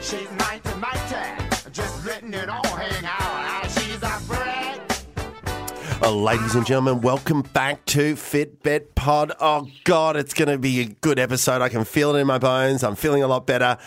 She's 90, mighty. Just letting it all hang out. She's a brat. Oh, ladies and gentlemen, welcome back to Fitbit Pod. Oh, God, it's going to be a good episode. I can feel it in my bones. I'm feeling a lot better.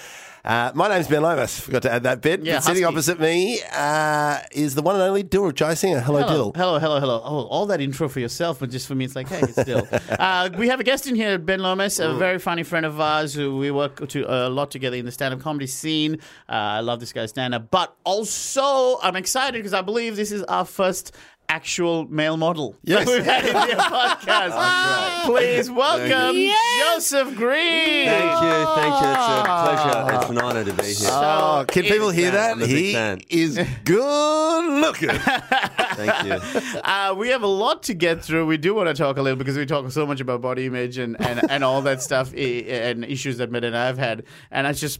Uh, my name's Ben Lomas. Forgot to add that bit. Yeah, But sitting husky. opposite me uh, is the one and only Dil Jai Singer. Hello, Hello, Dil. hello, hello, hello. Oh, all that intro for yourself, but just for me, it's like, hey, it's still. uh, we have a guest in here, Ben Lomas, a very funny friend of ours who we work to, uh, a lot together in the stand up comedy scene. Uh, I love this guy's stand up. But also, I'm excited because I believe this is our first actual male model Yes. that we've had in the podcast. Please welcome Joseph Green. Thank you, thank you. It's a pleasure. It's an honour to be here. Oh, can it- people hear that? I'm a big He fan. is good looking. Thank you. Uh, we have a lot to get through. We do want to talk a little because we talk so much about body image and, and, and all that stuff i- and issues that Med and I have had. And it's just,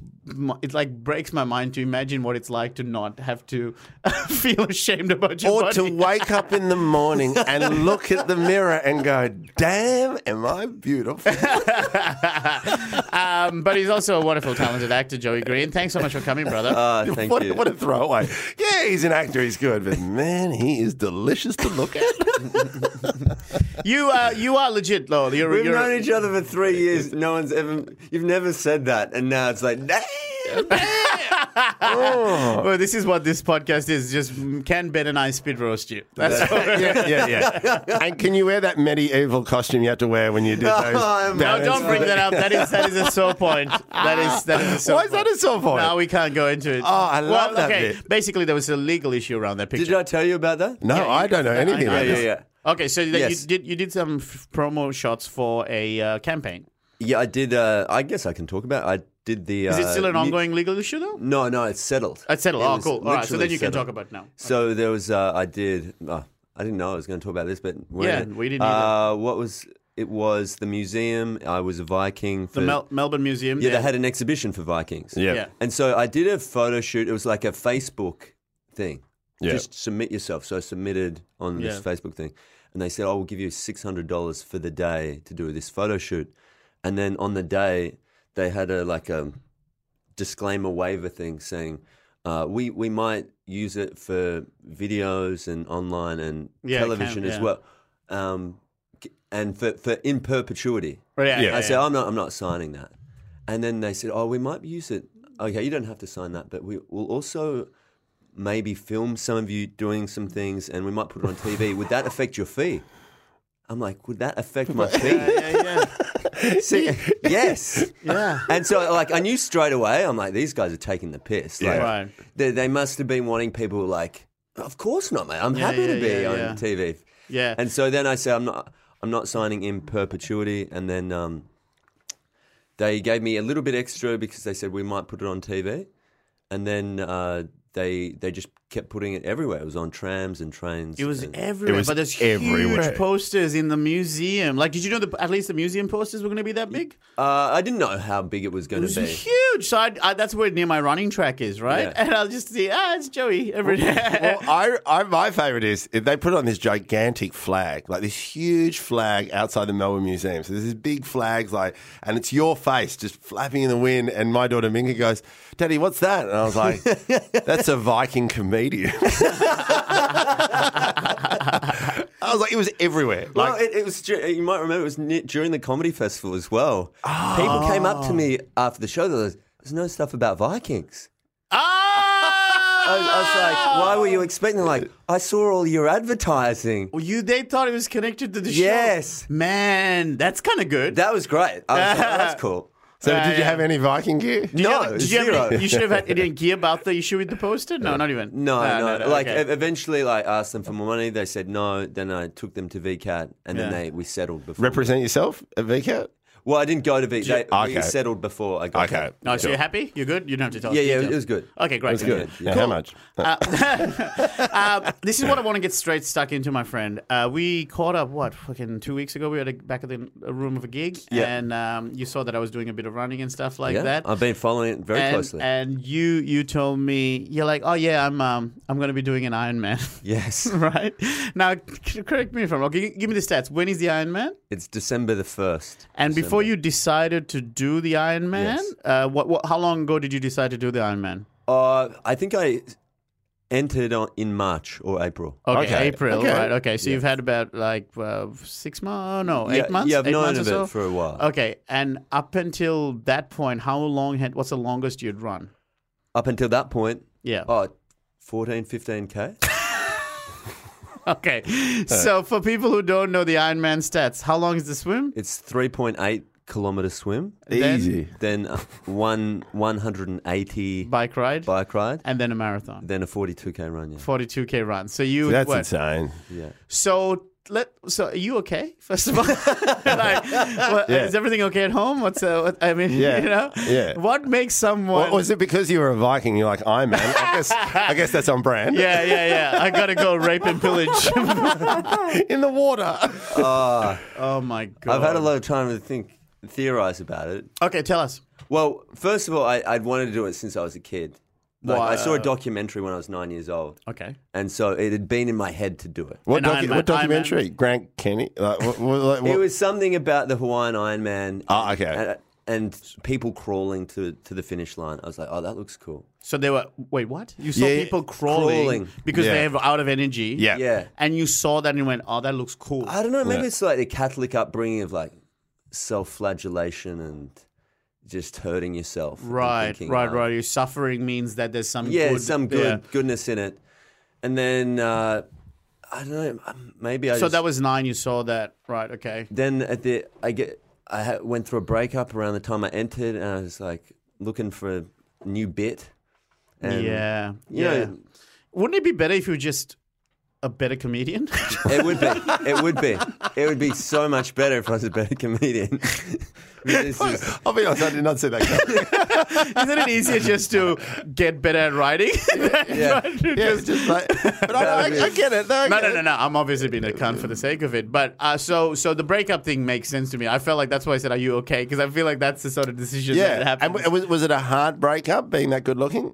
it like breaks my mind to imagine what it's like to not have to feel ashamed about your or body. to wake up in the morning and look at the mirror and go, damn, am I beautiful? um, but he's also a wonderful, talented actor, Joey Green. Thanks so much for coming, brother. Ah, thank what, you. what a throwaway. Yeah, he's an actor, he's good, but man, he is delicious to look at. you uh, you are legit, Lowell. You're, We've you're, known each other for three years. No one's ever. You've never said that, and now it's like, damn. Well, this is what this podcast is. Just mm, can Ben and I spit roast you. That's yeah, yeah, yeah. And can you wear that medieval costume you had to wear when you did those? Oh, I'm- No, ballads? don't bring that up. That is that is a sore point. That is that is a sore Why is that a sore point? No, we can't go into it. Oh, I well, love that Okay, bit. basically there was a legal issue around that picture. Did I tell you about that? No, Yeah, I you- don't know anything I- about yeah, this. yeah. Okay, so that Yes. you did you did some f- promo shots for a uh, campaign. Yeah, I did. Uh, I guess I can talk about. It. I did the. Is uh, it still an mu- ongoing legal issue though? No, no, it's settled. I settled. It Oh, was cool. All right, so literally then you can settled. talk about it now. So there was, uh, I did. Oh, I didn't know I was going to talk about this, but we're Yeah, in it. we didn't Uh, what was it? Was the museum? I was a Viking. For, The Mel- Melbourne Museum. yeah, there. they had an exhibition for Vikings. Yeah. and so I did a photo shoot. It was like a Facebook thing. Yeah. Just submit yourself. So I submitted on this Yeah. Facebook thing, and they said, "I will give you six hundred dollars for the day to do this photo shoot," and then on the day they had a like a disclaimer waiver thing saying. Uh, we we might use it for videos and online and Yeah, it can- television as yeah. well, um, g- and for, for in perpetuity. Right, Oh, yeah, Yeah. yeah, I said, yeah. I'm not, I'm not signing that. And then they said, oh, we might use it. Okay, you don't have to sign that, but we will also maybe film some of you doing some things and we might put it on TV. Would that affect your fee? I'm like, would that affect my fee? Yeah, yeah. See, yes. Yeah. And so, like, I knew straight away, I'm like, these guys are taking the piss. Like, Yeah. Right. they, they must have been wanting people like, of course not, mate. I'm Yeah, happy to yeah, be yeah, on yeah. TV. Yeah. And so then I said, I'm not, I'm not signing in perpetuity. And then um, they gave me a little bit extra because they said we might put it on TV. And then uh, they they just kept putting it everywhere. It was on trams and trains. It was e-, and- everywhere, was but there's everywhere. huge posters in the museum. Like, did you know that at least the museum posters were going to be that big? uh, I didn't know how big it was going to It was be. huge. So I, I, that's where near my running track is, right? Yeah. Oh. And I'll just see, ah, it's Joey every day. Well, I, I, my favourite is if they put on this gigantic flag, like this huge flag outside the Melbourne Museum. So there's these big flags, like, and it's your face just flapping in the wind. And my daughter Minka goes, "Daddy, what's that?" And I was like, "That's a Viking comedian." I was like, it was everywhere. Like, well, it, it was. dur- You might remember it was ne- during the comedy festival as well. Ah. People came up to me after the show. They was, There's no stuff about Vikings. ah! I was, I was like, why were you expecting? They're Like, I saw all your advertising. Well, you, they thought it was connected to the show. Yes. Man, that's kind of good. That was great. I was like, oh, that's cool. so Yeah, did you yeah. have any Viking gear? Did you no, have- did you, have zero. any- you should have had any gear about the issue with the poster? No, not even. No, no, Like okay. e- eventually, like asked them for more money. They said no. Then I took them to VCAT, and then Yeah. they we settled before. Represent yourself at VCAT? well, I didn't go to VCAT. Okay. We settled before I got. Okay. No, so you're happy? You're good? You don't have to tell us. Yeah, yeah, details. it was good. Okay, great. That's good. Yeah, Now, How much? Uh, this is what I want to get straight stuck into, my friend. Uh, we caught up, what, fucking two weeks ago? We were at a, back at the a room of a gig, Yeah. and um, you saw that I was doing a bit of running and stuff like Yeah, that. I've been following it very and, closely. and you you told me you're like, oh yeah, I'm um, I'm going to be doing an Ironman, yes, right? Now, c- correct me if I'm wrong. G- Give me the stats. When is the Ironman? it's December the first. And before you decided to do the Iron Man, Yes. uh, what, what, how long ago did you decide to do the Iron Man? Uh, I think I entered on, in March or April. Okay, Okay. April, Okay. right? Okay, so you've had about like uh, six months, no, eight yeah, months, Yeah, I've eight known months of or so. Oh. it for a while. Okay, and up until that point, how long had what's the longest you'd run? Up until that point, Yeah. oh, 14, 15K. Okay. So for people who don't know the Ironman stats, how long is the swim? It's 3.8 kilometer swim, Then- Easy. then uh, one 180 Bike ride, bike ride, and then a marathon, then a 42K run. Yeah. forty-two k run. So you That's what? insane. yeah. So let. So are you okay? First of all, like, what- Yeah. uh, is everything okay at home? What's uh, what, I mean, Yeah. you know, Yeah. What makes someone? What, was it because you were a Viking? You're like, I'm man. I guess, I guess that's on brand. yeah, yeah, yeah. I gotta go rape and pillage. In the water. Uh, oh my god! I've had a lot of time to think, theorize about it. Okay, tell us. Well, first of all, I, I'd wanted to do it since I was a kid. Like, I saw a documentary when I was nine years old. Okay. And so it had been in my head to do it. What, An Iron docu- what Man- Iron Man. documentary? Grant Kenny? Like, what, what, like, what- It was something about the Hawaiian Iron Man. Ah, okay. And, and people crawling to, to the finish line. I was like, oh, that looks cool. So they were. Wait, what? You saw Yeah, people crawling, crawling. because Yeah. they have out of energy. yeah. Yeah. And you saw that and you went, "Oh, that looks cool." I don't know. Maybe Yeah. it's like the Catholic upbringing of like self flagellation and just hurting yourself. and Right, thinking, right, uh, right. Your suffering means that there's some Yeah, good, some good goodness in it. And then, uh, I don't know. um, Maybe I So just, that was nine. You saw that, right? Okay. then at the I get I ha- went through a breakup around the time I entered, and I was like looking for a new bit. And, yeah, you yeah. know, Wouldn't it be better if you were just a better comedian? it would be. It would be. It would be so much better if I was a better comedian. This is- I'll be honest, I did not see that coming. Isn't it easier just to get better at writing? yeah. yeah, it's just like, but I, I, I get it. though. I No, get no, it. no, no. I'm obviously being a cunt for the sake of it, but uh, so so the breakup thing makes sense to me. I felt like that's why I said, "Are you okay?" Because I feel like that's the sort of decision that Yeah. And happens. w- was, was it a hard breakup being that good looking?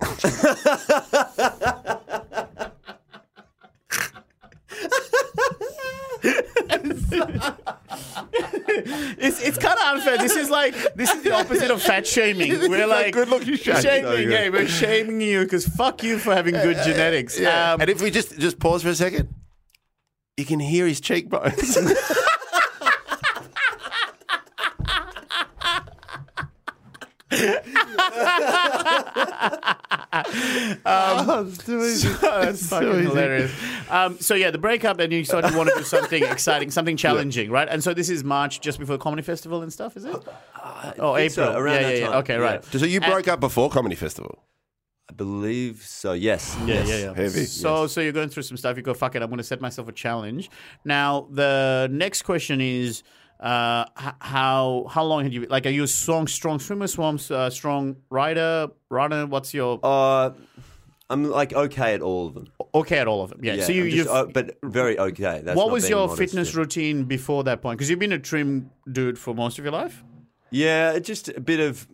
It's, it's kind of unfair. This is like this is the opposite of fat shaming. We're like good looking shaming. No, shaming. you're- Yeah, we're shaming you because fuck you for having good genetics. Yeah. Um, and if we just just pause for a second, you can hear his cheekbones. that's fucking easy. hilarious. Um, so yeah, the breakup, and you started to want to do something exciting, something challenging, right? And so this is March, just before the comedy festival and stuff, is it? oh, Uh, think so, April. around yeah, that yeah, yeah. time. Okay, Yeah. right. so you broke up before comedy festival. I believe so. Yes. Yeah, yes. yeah, yeah. Heavy. So, so you're going through some stuff. You go, fuck it. I'm going to set myself a challenge. Now, the next question is, uh, h- how how long had you like? Are you a strong strong swimmer, swam, uh, strong rider, runner? What's your Uh, I'm like okay at all of them. okay at all of them? Yeah. Yeah, so you I'm you just, uh, but very okay. That's what not was being your modest, fitness yeah. routine before that point? Because you've been a trim dude for most of your life. Yeah, it just a bit of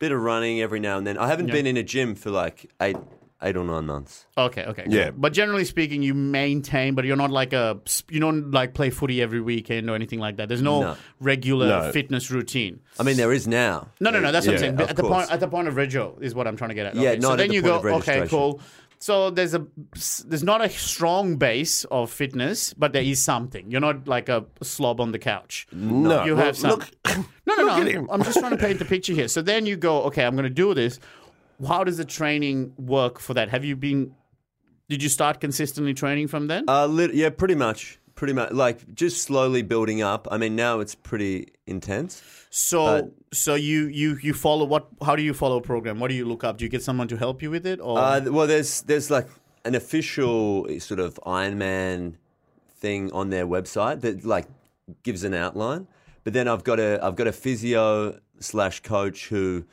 bit of running every now and then. I haven't Yeah. been in a gym for like eight eight or nine months. Okay, okay, cool. Yeah. But generally speaking, you maintain, but you're not like a you don't like play footy every weekend or anything like that. There's no, No. regular No. fitness routine. I mean, there is now. No, no, no. That's what I'm Yeah, saying. But of At the course. point, at the point of rego is what I'm trying to get at. Yeah, Okay, not so at then the you point go, of okay, registration. cool. So there's a there's not a strong base of fitness, but there is something. You're not like a slob on the couch. No, you Well, have some. Look, no, no, no. at him. I'm, I'm just trying to paint the picture here. So then you go, okay, I'm going to do this. How does the training work for that? Have you been? Did you start consistently training from then? Uh, lit- yeah, pretty much, pretty much. Like just slowly building up. I mean, now it's pretty intense. so, uh, so you you you follow what? How do you follow a program? What do you look up? Do you get someone to help you with it, or Uh, well, there's there's like an official sort of Iron Man thing on their website that like gives an outline. But then I've got a I've got a physio slash coach who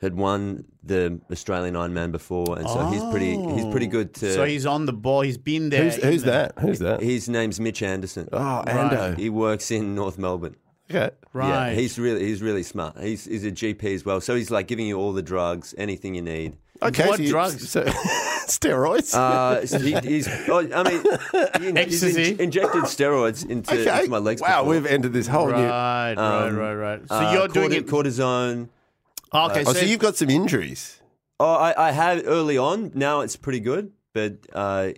had won the Australian Ironman before, and so he's pretty he's pretty good to. so he's on the ball. He's been there. who's, who's in the- that? Who's that? his name's Mitch Anderson. Oh, Ando. He works in North Melbourne. Okay. Right. Yeah, he's really he's really smart. He's he's a GP as well, so he's like giving you all the drugs, anything you need. Okay, What so you- drugs? So, steroids. Uh, he, he's, oh, I mean, he in- he's Ecstasy. in- injected steroids into, okay. into my legs. wow, before. we've entered this whole new. Right, right, right, right. So Uh, Um, you're doing corti- it. Cortisone. okay, Oh, so, so you've got some injuries. Oh, I, I had early on. Now it's pretty good, but uh,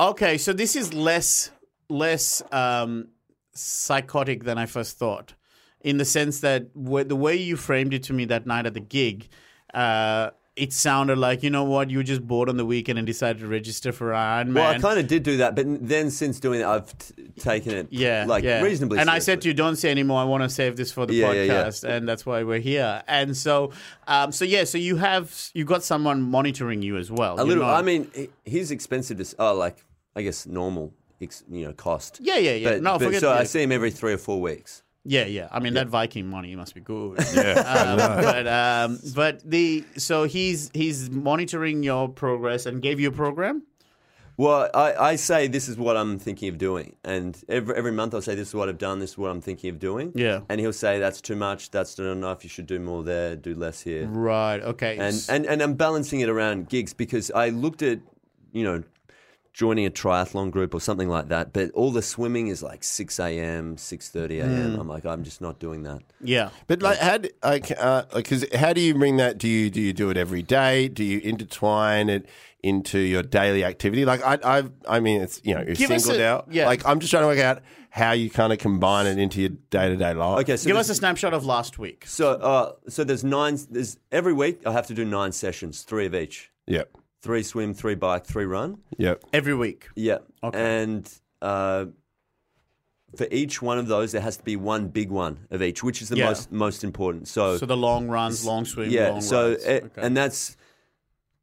okay, so this is less less um, psychotic than I first thought, in the sense that wh- the way you framed it to me that night at the gig. Uh, it sounded like you know what you were just bored on the weekend and decided to register for Iron Man. well, I kind of did do that. But then since doing that, I've t- taken it Yeah, like yeah. reasonably. And I said to you, "Don't say anymore. I want to save this for the Yeah, yeah, yeah. podcast, and that's why we're here." And so, um, so yeah, so you have you got someone monitoring you as well. a You're little. not- I mean, he- he's expensive to. s- Oh, like I guess normal, ex, you know, cost. yeah, yeah, yeah. But, no, but- forget. so yeah. I see him every three or four weeks. Yeah, yeah. I mean, that Viking money must be good. Yeah, um, but um, but the so he's he's monitoring your progress and gave you a program. Well, I, I say this is what I'm thinking of doing, and every every month I'll say this is what I've done, this is what I'm thinking of doing. Yeah. and he'll say that's too much, that's not enough. You should do more there, do less here. Right. Okay. and, S- and and I'm balancing it around gigs because I looked at you know joining a triathlon group or something like that, but all the swimming is like 6 a.m., 6:30 a.m. Hmm. I'm like, I'm just not doing that. yeah. But like, how? d- Like, uh, like, 'cause how do you bring that? Do you do you do it every day? Do you intertwine it into your daily activity? Like, I, I, I mean, it's you know, you're Give us singled a- out. yeah. Like, I'm just trying to work out how you kind of combine it into your day to day life. Okay, so Give this- us a snapshot of last week. so uh, so there's nine. There's every week I have to do nine sessions, three of each, Yep. three swim, three bike, three run. Yep. Every week. Yeah. Okay. And uh, for each one of those, there has to be one big one of each, which is the Yeah. most most important. So, So the long runs, long swim, yeah. long so runs. it- Okay. and that's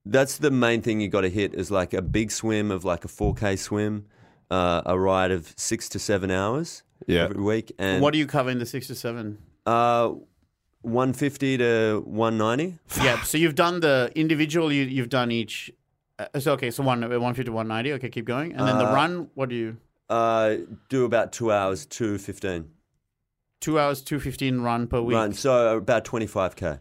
that's the main thing you got to hit is like a big swim of like a 4k swim, uh, a ride of six to seven hours Yeah. every week, and What do you cover in the six to seven? uh, 150 to 190. yeah, so you've done the individual. You, you've done each. Uh, so okay, so one one fifty, one ninety. Okay, keep going, and then the run. What do you? Uh, do about two hours, two fifteen Two hours, two fifteen run per week. run, so about 25k.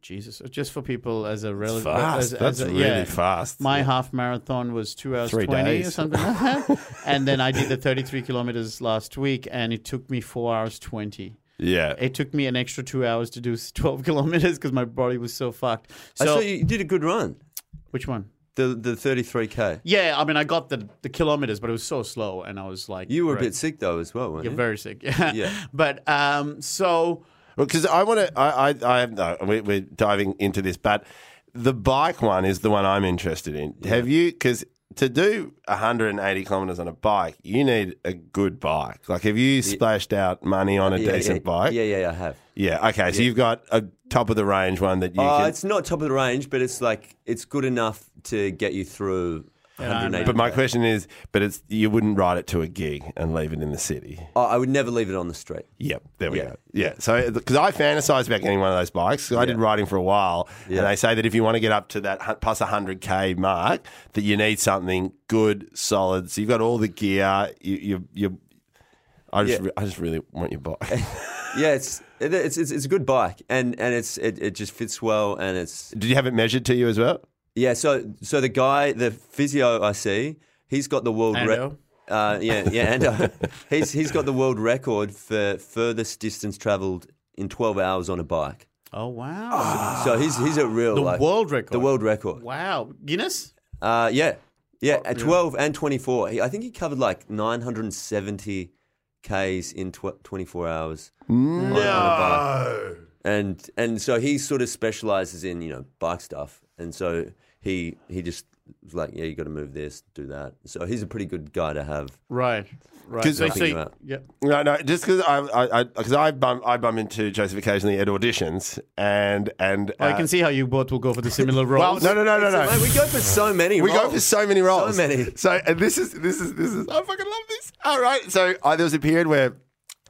Jesus, uh, just for people as a relative. Fast. As, That's as a- really yeah. fast. My half marathon was two hours Three twenty or days. something like that, and then I did the thirty-three kilometers last week, and it took me four hours twenty. yeah. It took me an extra two hours to do s- twelve kilometers because my body was so fucked. I saw So you did a good run. which one? The the 33k. Yeah, I mean, I got the the kilometers, but it was so slow, and I was like, You were a "Great." bit sick though as well, weren't You're you? very sick. Yeah. But um, so Because I want to, I, I, I no, we, we're diving into this, but the bike one is the one I'm interested in. Have you? Because to do 180 kilometers on a bike, you need a good bike. Like, have you splashed out money on a yeah, decent yeah, bike? Yeah, yeah, I have. Yeah, Okay. So you've got a top of the range one that you Uh, can. it's not top of the range, but it's like it's good enough to get you through Yeah, I 180. But my question is, but it's you wouldn't ride it to a gig and leave it in the city. Oh, I would never leave it on the street. Yep, there we Yeah. go. Yeah, so because I fantasized about getting one of those bikes. 'cause I did riding for a while, Yeah. and they say that if you want to get up to that hu- plus 100k mark, that you need something good, solid. So you've got all the gear. You, you, you I just, Yeah. re- I just really want your bike. Yeah, it's it, it's, it's it's a good bike, and and it's it, it just fits well, and it's did you have it measured to you as well? yeah. So so the guy, the physio I see, he's got the world Ando. record. Uh, yeah, yeah, and uh, he's he's got the world record for furthest distance traveled in 12 hours on a bike. Oh wow. So he's he's a real the Ah, like- world record. The world record. Wow. Guinness? Uh, yeah, Oh, yeah. At twelve and twenty-four, He- I think he covered like nine hundred and seventy k's in tw- twenty-four hours. No. and and so he sort of specializes in you know bike stuff, and so he he just was like, yeah, you got to move this, do that. So he's a pretty good guy to have. Right. Right. 'Cause So, I so think you- about- yep. No, no, just because I, I, I, cause I bump, I bump into Joseph occasionally at auditions, and and I uh, can see how you both will go for the similar Well, roles. no, no, no, no, So, no. mate, we go for so many. We go roles. for so many roles. So many. So and this is this is this is I fucking love this. All right. So I, there was a period where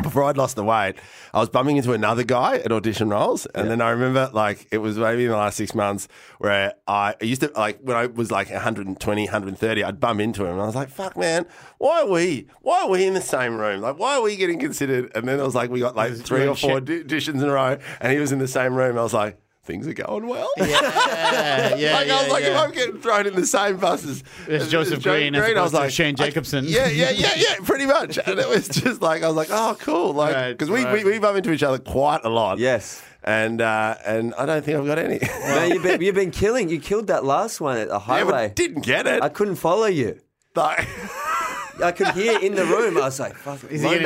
before I'd lost the weight, I was bumping into another guy at audition roles, and then I remember like it was maybe in the last six months where I, I used to like when I was like 120, 130, I'd bump into him, and I was like, "Fuck, man, why are we? Why are we in the same room? Like, why are we getting considered?" And then I was like, "We got like This is three doing or four shit. di- auditions in a row, and he was in the same room." I was like. things are going well. Yeah, yeah, like I was yeah, like, yeah. if I'm getting thrown in the same buses It's as Joseph Green as opposed to Shane I- Jacobson. yeah, yeah, yeah, yeah, pretty much. And it was just like I was like, oh, cool, like Right, because right. we, we we bump into each other quite a lot. Yes. and uh, and I don't think I've got any. Man, you've been, you've been killing. You killed that last one at the I highway. didn't get it. I couldn't follow you. Like- I could hear in the room. I was like, fuck. Is he getting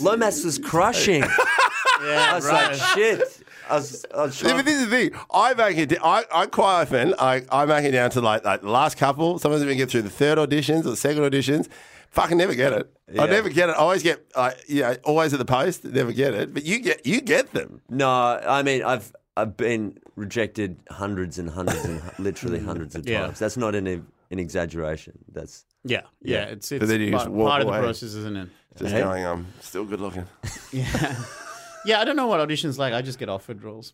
laughs? Lomas was crushing. yeah, I was right. like, shit. I was, I was Yeah, but trying. this is the thing. I make it. I, I quite often. I, I make it down to like, like the last couple. Sometimes I even get through the third auditions or the second auditions. Fucking never get it. I Yeah. never get it. I always get. I you know, always at the post. Never get it. But you get. You get them. No, I mean, I've I've been rejected hundreds and hundreds and hu- literally hundreds of Mm, Yeah. times. That's not an an exaggeration. That's yeah, yeah, It's, it's then you part, just walk part of the away. process, isn't it? Just Hey. going. Um, still good looking. Yeah, I don't know what auditions like. I just get offered roles.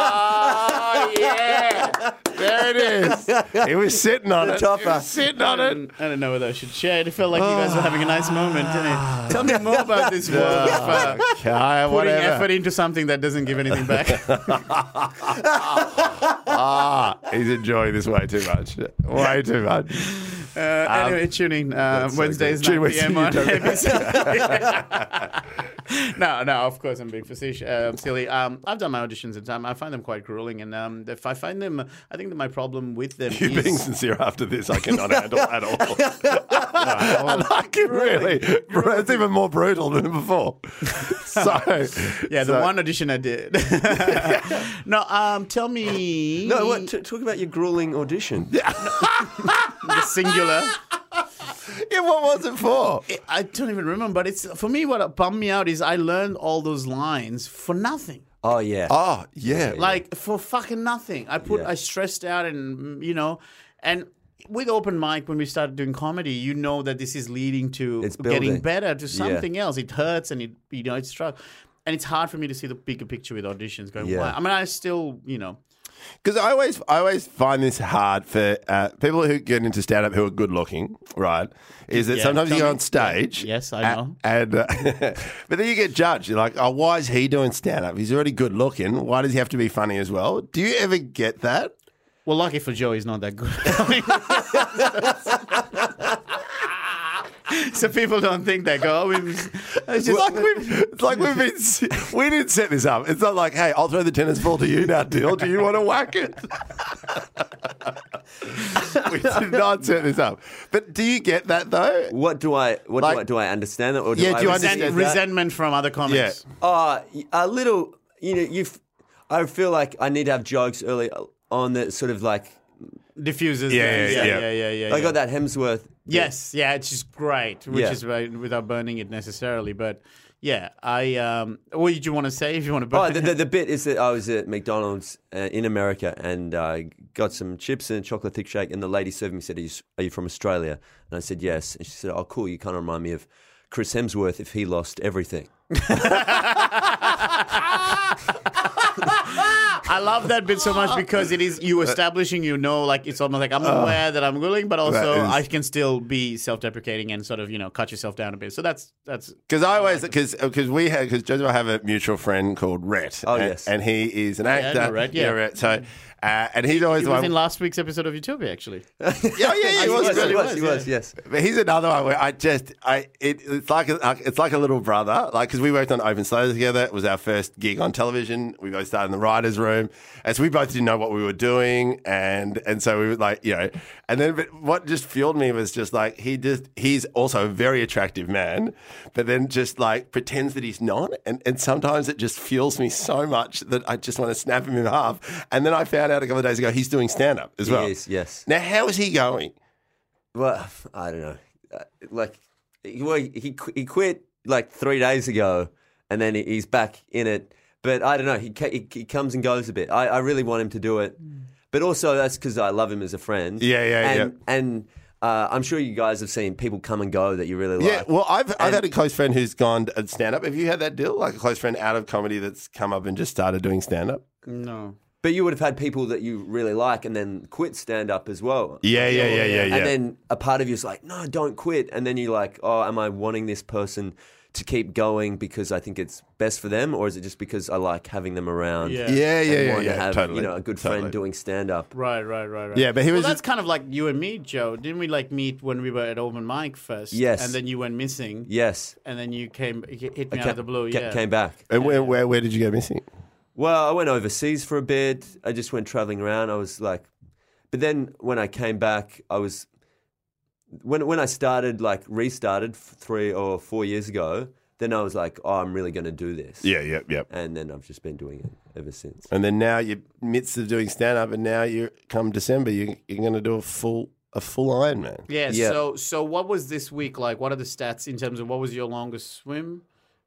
Ah, yeah. There it is. He was sitting on it. topper. He was sitting on I it. don't, I don't know whether I should share it. It felt like you guys were having a nice moment, didn't Ah. it? Tell me more about this world of uh, Okay, putting whatever. effort into something that doesn't give anything back. Ah, he's enjoying this way too much. Way too much. Uh, anyway, tune in Um, uh, that's so Wednesdays good. 9 Tune p.m. on Wednesday, you ABC. no, no, of course I'm being facetious, uh, silly. Um, I've done my auditions at time. I find them quite grueling, and um, if I find them, I think that my problem with them You being is sincere after this, I cannot handle at all. Uh, and I can really, it's even more brutal than before. so, yeah, the so- one audition I did. no, um, tell me no. What, t- talk about your grueling audition. the singular. Yeah, what was it for? I don't even remember, but it's for me what bummed me out is I learned all those lines for nothing. Oh yeah. Oh, yeah. Like for fucking nothing. I put Yeah. I stressed out and mm, you know and with open mic when we started doing comedy, you know that this is leading to It's getting building. better to something else. It hurts and it you know it's struck. And it's hard for me to see the bigger picture with auditions going, Yeah. wow. I mean I still, you know, Because I always, I always find this hard for uh, people who get into stand up who are good looking, right? Is that Yeah, sometimes you tell go me. on stage. Yes, I a- know. And, uh, but then you get judged. You're like, oh, why is he doing stand up? He's already good looking. Why does he have to be funny as well? Do you ever get that? well lucky for Joe he's not that good. so people don't think they go, oh, we- It's just like we've, it's like we've been, we didn't set this up. It's not like, hey, I'll throw the tennis ball to you now, Dill. Do you want to whack it? we did not set this up. But do you get that though? What do I? What Like- do I? Do I understand that? Or do Yeah, I do you resent resent- understand that? resentment from other comics. Yeah. Uh, a little, you know, you. I feel like I need to have jokes early on that sort of like diffuses. Yeah, them. yeah, yeah, yeah. yeah, yeah, yeah, I got that Hemsworth. Yes, yeah, it's just great, which Yeah. is right, without burning it necessarily. But yeah, I. Um, what did you want to say? If you want to burn, Oh, the, the, it? the bit is that I was at McDonald's uh, in America and uh, got some chips and a chocolate thick shake, and the lady serving me said, are you, "Are you from Australia?" And I said, "Yes." And she said, "Oh, cool. You kind of remind me of Chris Hemsworth if he lost everything." I love that bit so much because it is you establishing. You know, like it's almost like I'm aware that I'm ruling, but also is- I can still be self-deprecating and sort of you know cut yourself down a bit. So that's that's Because I always because because we have because Joe and I have a mutual friend called Rhett. Oh, and, yes. and he is an actor. I know Rhett, yeah. So uh, and he's always it the was one. in last week's episode of Utopia actually. yeah, yeah, yeah, he was yes, good. he was, was, he yeah. was, yes. But he's another one where I just I it, it's like a, it's like a little brother, like because we worked on Open Slow together. It was our first gig on television. We both started in the writers' room, and so we both didn't know what we were doing, and and so we were like you know, and then but what just fueled me was just like he just he's also a very attractive man, but then just like pretends that he's not, and and sometimes it just fuels me so much that I just want to snap him in half. And then I found out a couple of days ago he's doing stand up as well. Yes, yes. Now how is he going? Well, I don't know. Uh, Like, he- well, he qu- he quit like three days ago, and then he- he's back in it. But I don't know. He ca- he, he comes and goes a bit. I, I really want him to do it, but also that's because I love him as a friend. Yeah, yeah, and, yeah. And uh, I'm sure you guys have seen people come and go that you really like. Yeah, well, I've I've And- had a close friend who's gone and stand up. Have you had that deal? Like a close friend out of comedy that's come up and just started doing stand up? No. but you would have had people that you really like and then quit stand up as well. Yeah, yeah, yeah, yeah, yeah. And then a part of you is like, no, don't quit. And then you're like, oh, am I wanting this person to keep going because I think it's best for them, or is it just because I like having them around? Yeah. Yeah, yeah, and yeah, yeah. want to have, totally. You know, a good totally. friend doing stand up. Right, right, right, right. Yeah, but he well, was that's just- kind of like you and me, Joe. Didn't we like meet when we were at open mic first? Yes. And then you went missing. Yes. And then you came you hit me I out of the blue. ca- Yeah. Came back. And where, where where did you go missing? Well, I went overseas for a bit. I just went traveling around. I was like, but then when I came back, I was when when I started like restarted f- three or four years ago. Then I was like, oh, I'm really going to do this. yeah, yeah. And then I've just been doing it ever since. Uh, And then now you're midst of doing stand up, and now you come December, you, you're going to do a full a full Ironman. Yeah, Yeah. So, so what was this week like? What are the stats in terms of what was your longest swim?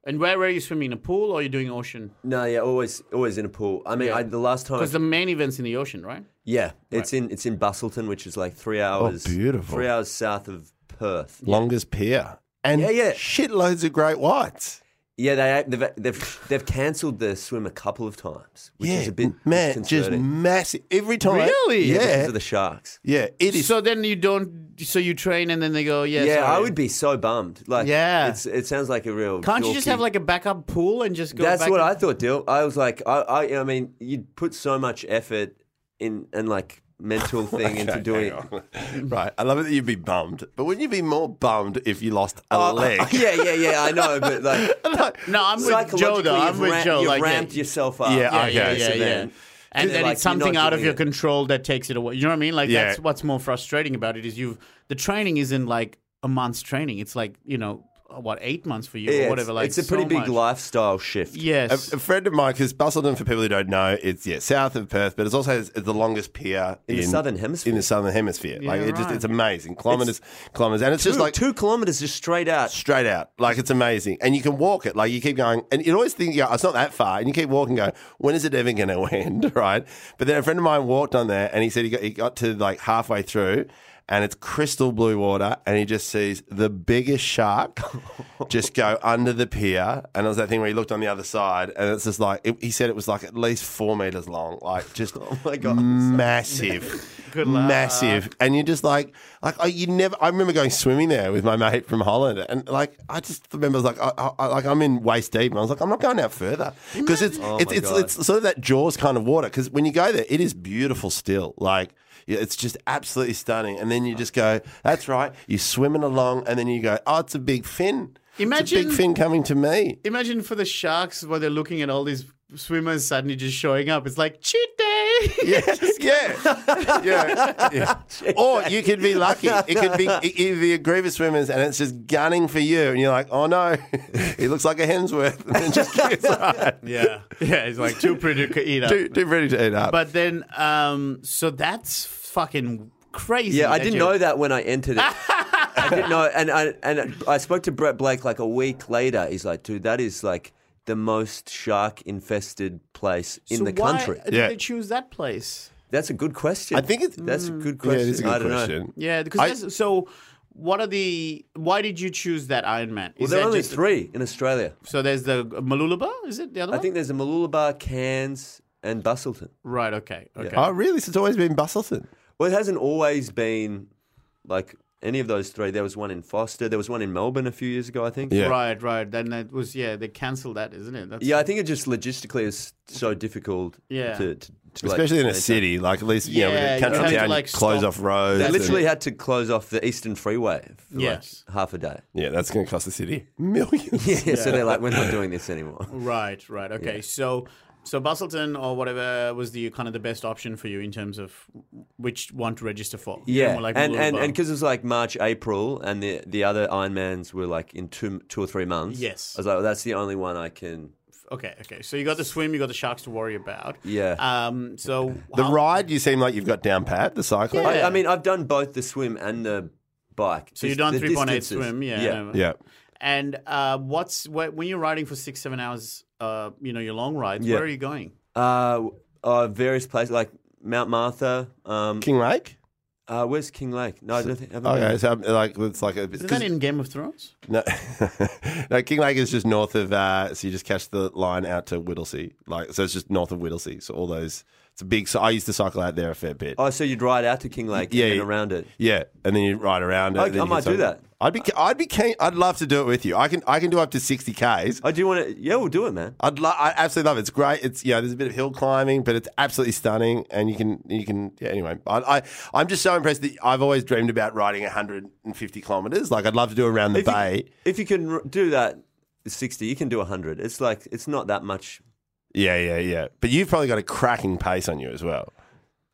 And where were you swimming? In a pool or are you doing ocean? No, yeah, always always in a pool. I mean, Yeah. I, the last time, Because the main event's in the ocean, right? Oh, yeah, it's in it's in Bustleton, which is like three hours, beautiful. three hours south of Perth. Longest pier. And Yeah, yeah. shitloads of great whites. Yeah, they they've they've, they've cancelled the swim a couple of times, which yeah, is a bit man, just disconcerting. massive. Every time. Really? Yeah, because Yeah. of the sharks. Yeah, it is. So then you don't. So you train and then they go. Yeah. Yeah, I sorry." would be so bummed. Like, Yeah. it's, it sounds like a real. Can't you just dorky- have like a backup pool and just go? That's back what and- I thought, Dill. I was like, I, I, I mean, you'd put so much effort in and like mental thing into doing. right. I love it that you'd be bummed, but wouldn't you be more bummed if you lost a Uh, leg? yeah, yeah, yeah. I know, but like, No, I'm with psychologically, Joe though. I'm you've with ra- Joe. You've Like, yeah. ramped yourself up. Yeah, okay. yeah, yeah, So yeah. then- And then like, it's you're something not out of doing your it. control that takes it away. You know what I mean? Like Yeah. that's what's more frustrating about it is you've the training isn't like a month's training. It's like you know what eight months for you Yeah, or it's- whatever. Like it's a pretty so big much. lifestyle shift. A, Yes. a friend of mine, because Bustleton, for people who don't know, it's yeah south of Perth, but it's also it's the longest pier In the southern hemisphere. In the southern hemisphere, like Yeah, it just right. it's amazing, kilometers, kilometers, and it's Two, just like two kilometers just straight out. straight out, like it's amazing, and you can walk it, like you keep going, and you always think, yeah, it's not that far, and you keep walking, going, when is it ever going to end, right? But then a friend of mine walked on there, and he said he got he got to like halfway through. And it's crystal blue water, and he just sees the biggest shark just go under the pier. And it was that thing where he looked on the other side, and it's just like it, he said it was like at least four meters long, like just oh my god, massive, massive. And you're just like, like I, you never. I remember going swimming there with my mate from Holland, and like I just remember I was like, I, I- I, like I'm in waist deep, and I was like, I'm not going out further because it's it's Mm. Oh my it's, God. it's sort of that Jaws kind of water. Because when you go there, it is beautiful still, like. Yeah, it's just absolutely stunning. And then you just go, that's right. You're swimming along, and then you go, oh, it's a big fin. It's a Imagine- big fin coming to me. Imagine for the sharks where they're looking at all these swimmers suddenly just showing up. It's like cheat day. Yeah, yeah, yeah. yeah. Or you could be lucky. It could be it could be a group of swimmers, and it's just gunning for you, and you're like, oh no, he looks like a Hemsworth, and then just gets right. yeah. Yeah. It's like too pretty to eat up. Too, too ready to eat up. But then, um, so that's fucking crazy. Yeah, I that didn't you- know that when I entered it. I didn't know, and I and I spoke to Brett Blake like a week later. He's like, "Dude, that is like the most shark-infested place in So the why country." Did Yeah. they choose that place? That's a good question. I think it's- that's a Mm. good yeah, question. it is a I good don't know. question. Yeah, I- because that's, so what are the? Why did you choose that Iron Man? Well, Is there are that only just- three in Australia. So there's the Malulaba. Is it the other I one? think there's a Mooloolaba, Cairns, and Bustleton. right. Okay. Okay. oh, really? So it's always been Bustleton. Well, it hasn't always been like any of those three. There was one in Foster. There was one in Melbourne a few years ago, I think. Yeah. Right. Right. Then that was yeah. They cancelled that, isn't it? That's, Yeah, I think it just logistically is so difficult. Yeah. To, to, to like, Especially in a maintain. city, like at least you know, Yeah, with you a country have to, town, you like, close stop. off roads. They and- literally had to close off the Eastern Freeway for like, Yes. half a day. yeah, that's going to cost the city millions. Yeah, so they're like, we're not doing this anymore. Right. Right. Okay. So. So Bustleton or whatever was the kind of the best option for you in terms of which one to register for. You Yeah, know, like and and Mooloolaba. and because it was like March, April, and the the other Ironmans were like in two two or three months. Yes. I was like, well, that's the only one I can. okay, okay. So you got the swim, you got the sharks to worry about. Yeah. Um. So The how- ride, you seem like you've got down pat. The cycling, I, Yeah. I mean, I've done both the swim and the bike. So you've Just done the three point eight distances. swim. Yeah. I know. yeah. And uh, what's wh- when you're riding for six, seven hours, uh, you know, your long rides, Yeah. where are you going? Uh, uh, various places like Mount Martha. Um, King Lake. uh, where's King Lake? No, I don't think. haven't Okay, been. so like it's like a. Isn't that in Game of Thrones? No, no. King Lake is just north of. Uh, so you just catch the line out to Whittlesea. Like so, it's just north of Whittlesea. So all those. It's a big. So I used to cycle out there a fair bit. Oh, so you'd ride out to King Lake Yeah, and then yeah. around it. Yeah, and then you ride around. it, I, and then I you might can do cycle- that. I'd be, I'd be keen. I'd love to do it with you. I can, I can do up to sixty ks. Oh, do you want to? Yeah, we'll do it, man. I'd, lo- I absolutely love it. It's great. It's you know, there's a bit of hill climbing, but it's absolutely stunning. And you can, you can. Yeah, anyway, I, I, I'm just so impressed that I've always dreamed about riding 150 kilometers. Like I'd love to do around the If bay. you, if you can r- do that 60, you can do 100. It's like, it's not that much. Yeah, yeah, yeah. But you've probably got a cracking pace on you as well.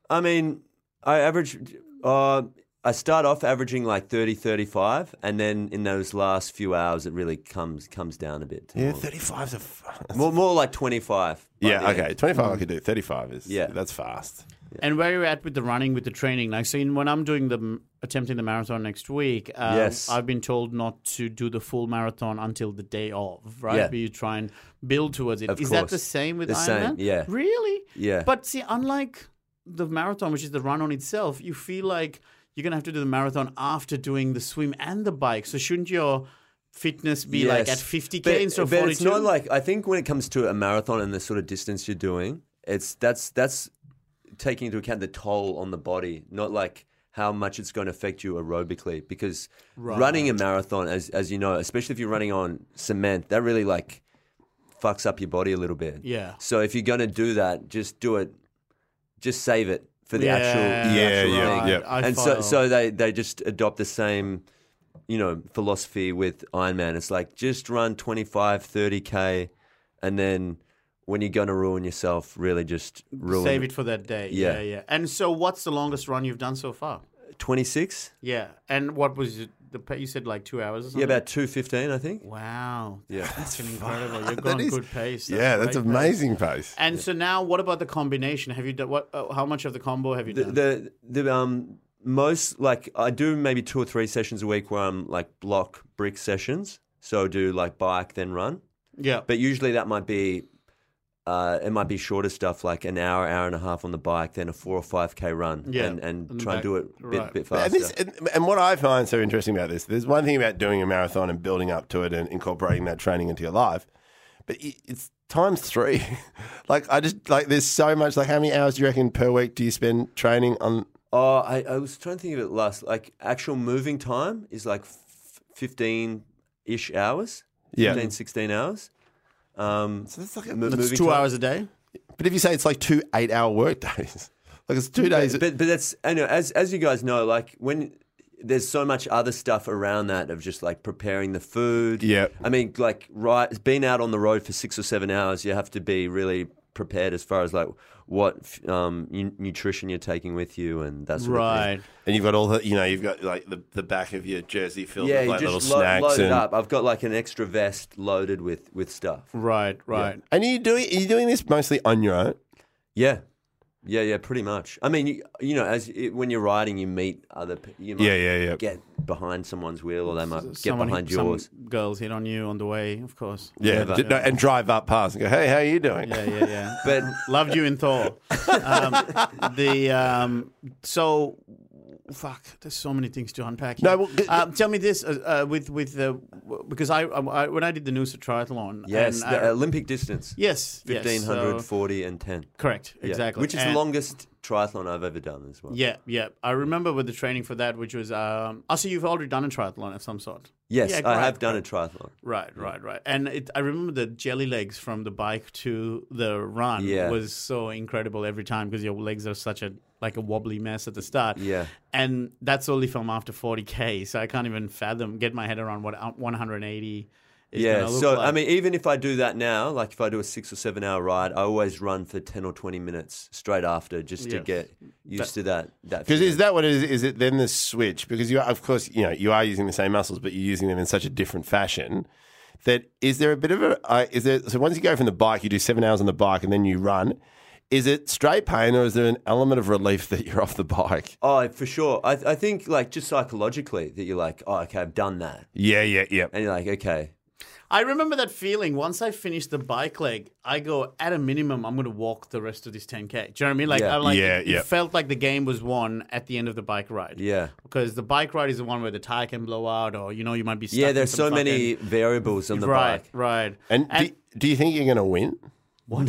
I mean, I average, uh, I start off averaging like 30, 35, and then in those last few hours, it really comes comes down a bit. to more, 35's a. F- more, more like 25. by the yeah, end. okay. 25 I could do. 35 is. Yeah. Yeah. That's fast. And where you're at with the running, with the training, like so, in, when I'm doing the m- attempting the marathon next week, uh, Yes. I've been told not to do the full marathon until the day of, right? Yeah. But you try and build towards it. Is Of that course. the same with The Ironman? same, yeah. Really? Yeah. But see, unlike the marathon, which is the run on itself, you feel like you're gonna have to do the marathon after doing the swim and the bike. So shouldn't your fitness be like at Yes. 50k But- instead of but 42? it's not like I think when it comes to a marathon and the sort of distance you're doing, it's that's that's taking into account the toll on the body, not like how much it's going to affect you aerobically. Because running a marathon, as as you know, especially if you're running on cement, that really like fucks up your body a little bit. Yeah. So if you're going to do that, just do it. Just save it for the actual. Yeah, the Yeah, actual yeah, thing yeah. I and follow. so, so they, they just adopt the same, you know, philosophy with Ironman. It's like just run 25, 30K, and then when you're going to ruin yourself, really just ruin Save it for that day. Yeah. Yeah. yeah, And so, what's the longest run you've done so far? 26? Yeah. And what was it? The pa- you said like two hours or something. Yeah, about 215, I think. Wow. Yeah. That's fucking incredible. You're going is- good pace. yeah, a that's great pace. amazing pace. And so now, what about the combination? Have you done what? Uh, how much of the combo have you The, done? the, the um, most, like, I do maybe two or three sessions a week where I'm like block brick sessions. So do like bike, then run. yeah. But usually that might be, uh, it might be shorter stuff like an hour, hour and a half on the bike, then a four or five k run, Yeah. and, and, And try back- and do it a bit, right. bit faster. And, this, and, and what I find so interesting about this, there's one thing about doing a marathon and building up to it and incorporating that training into your life, but i- it's times three. like, I just, like, there's so much. Like, how many hours do you reckon per week do you spend training on? oh, I, I was trying to think of it last. Like actual moving time is like fifteen ish hours. Yeah. 15, 16 hours. Um, So that's like a- mo- That's moving two time. hours a day. But if you say it's like two eight hour work days, like, it's two days. But, but that's I know as as you guys know, like when there's so much other stuff around that of just like preparing the food. Yeah. I mean, like right, being out on the road for six or seven hours, you have to be really prepared as far as like what f- um, nu- nutrition you're taking with you and that sort of thing. Right. And you've got all the, you know, you've got like the, the back of your jersey filled Yeah, with like you little just lo- snacks load it and up. I've got like an extra vest loaded with with stuff. Right. Right. And are you doing are you doing this mostly on your own? Yeah. Yeah, yeah, pretty much. I mean, you, you know, as it, when you're riding, you meet other. pe- You might Yeah, yeah, yeah. Get behind someone's wheel, or they might get Someone hit- behind some yours. girls hit on you on the way, of course. Yeah, Never. d- no, and drive up past and go, hey, how are you doing? Yeah. Yeah. Yeah. But Loved you in Thor. Um, the um, so fuck. There's so many things to unpack. Here. No, well, g- um, tell me this uh, uh, with with the because I, I when I did the Noosa Triathlon. yes, and the I, Olympic distance. yes, yes, fifteen hundred, so- forty, and 10. correct, Yeah, exactly, Which is And- the longest triathlon I've ever done as well. Yeah, yeah. I remember with the training for that, which was um, oh, so you've already done a triathlon of some sort. Yes, Yeah, I great, have done a triathlon. Right, right, right. And it, I remember the jelly legs from the bike to the run Yeah. was so incredible every time because your legs are such a like a wobbly mess at the start. Yeah. And that's only from after 40k, so I can't even fathom get my head around what uh, out- 180 is Yeah, gonna look so like. I mean, even if I do that now, like if I do a six or seven hour ride, I always run for 10 or 20 minutes straight after just Yeah. to get used to that. that Because feeling. is that what it is? Is it then the switch? Because you are, of course, you know, you are using the same muscles, but you're using them in such a different fashion. That is there a bit of a uh, is there? So once you go from the bike, you do seven hours on the bike, and then you run. Is it straight pain, or is there an element of relief that you're off the bike? Oh, for sure. I, I think, like, just psychologically, that you're like, oh, okay, I've done that. Yeah, yeah, yeah. And you're like, okay, I remember that feeling once I finish the bike leg, I go, at a minimum, I'm going to walk the rest of this 10K. Do you know what I mean? Like, Yeah. I like, Yeah, it, yeah. it felt like the game was won at the end of the bike ride. yeah. Because the bike ride is the one where the tire can blow out or, you know, you might be stuck. Yeah, in there's so some many variables on fucking- the right, bike. right. And, do, do you think you're going to win? what?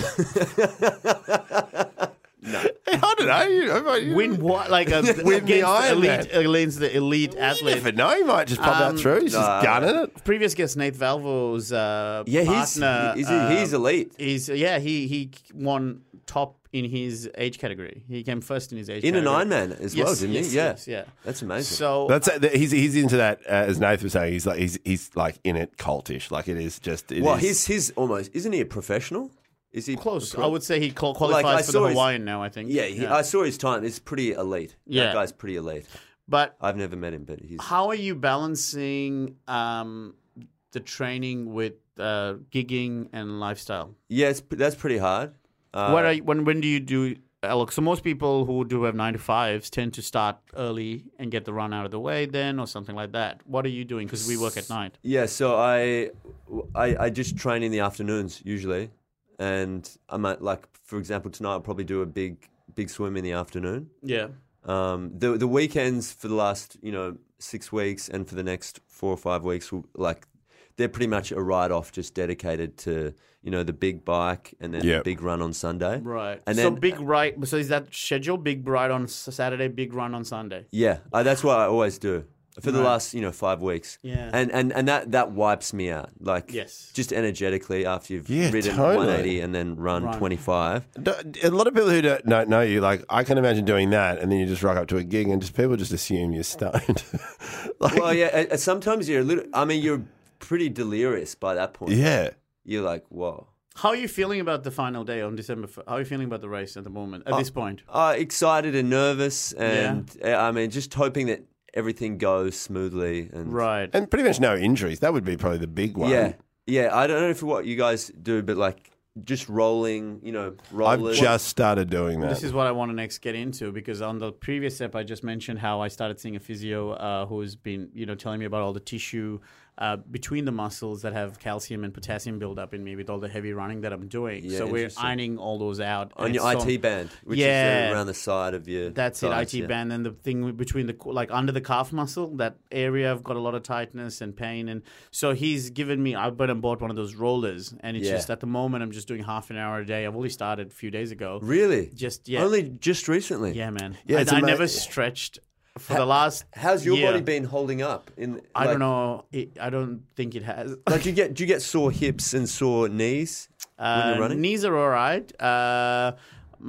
I don't know. You, I, you, Win what? Like a win the Iron elite, against the elite you never athlete. know. He might just pop Um, that through. He's nah. just gunning it. Previous guest Nate Valvo's uh, Yeah, he's partner. he's, uh, he's elite. He's yeah. He he won top in his age category. He came first in his age in an category. Ironman as well, Yes, didn't yes, he? Yeah, yes, yeah. That's amazing. So That's uh, he's he's into that uh, as Nathan was saying. He's like he's he's like in it cultish. Like it is just. it well, is- he's he's almost isn't he a professional? Is he close. pro- I would say he qual- I qualifies for the saw his- Hawaiian now. I think. Yeah, he, I saw his time. It's pretty elite. Yeah. that guy's pretty elite. but I've never met him, but he's how are you balancing um, the training with uh, gigging and lifestyle? yeah. It's, that's pretty hard. Uh, what are you, when when do you do? Uh, look, so most people who do have nine to fives tend to start early and get the run out of the way then, or something like that. What are you doing? Because we work at night. Yeah, so I, I I just train in the afternoons usually, and I might like for example tonight I'll probably do a big big swim in the afternoon. Yeah. Um, the the weekends for the last you know six weeks and for the next four or five weeks will like they're pretty much a write off just dedicated to you know the big bike and then the Yep. big run on Sunday. Right. And so then- big right. So is that schedule? Big ride on S- Saturday, big run on Sunday. Yeah, uh, that's what I always do for the last you know five weeks. Yeah. and and and that that wipes me out. Like Yes. just energetically after you've Yeah, ridden totally. 180 and then run, 25. D- a lot of people who don't, don't know you, like I can imagine doing that, and then you just rock up to a gig, and just people just assume you're stoned. like, Well, yeah, and- and sometimes you're a little. I mean, you're pretty delirious by that point. yeah. you're like whoa. How are you feeling about the final day on December? f- How are you feeling about the race at the moment? At this point, Uh, excited and nervous, and uh, I mean, just hoping that everything goes smoothly. And right. and pretty much no injuries. That would be probably the big one. yeah, yeah. I don't know if what you guys do, but like just rolling, you know, I've rollers. just started doing that. This is what I want to next get into because on the previous step I just mentioned how I started seeing a physio uh, who's been you know telling me about all the tissue uh, between the muscles that have calcium and potassium buildup in me with all the heavy running that I'm doing. Yeah, so we're interesting. ironing all those out and on your it's so- IT band, which Yeah. is uh, around the side of your. That's it, thighs, IT yeah. band, and the thing between the like under the calf muscle, that area I've got a lot of tightness and pain, and so he's given me. I went and bought one of those rollers, and it's Yeah. just at the moment I'm just doing half an hour a day. I've only started a few days ago. Really? Just- yeah. Only just recently. Yeah, man. Yeah, I, it's I ama- never stretched for the last. How's your year. body been holding up? In I like- don't know. It, I don't think it has. Like, do you get do you get sore hips and sore knees when Uh, you're running? Knees are all right. Uh,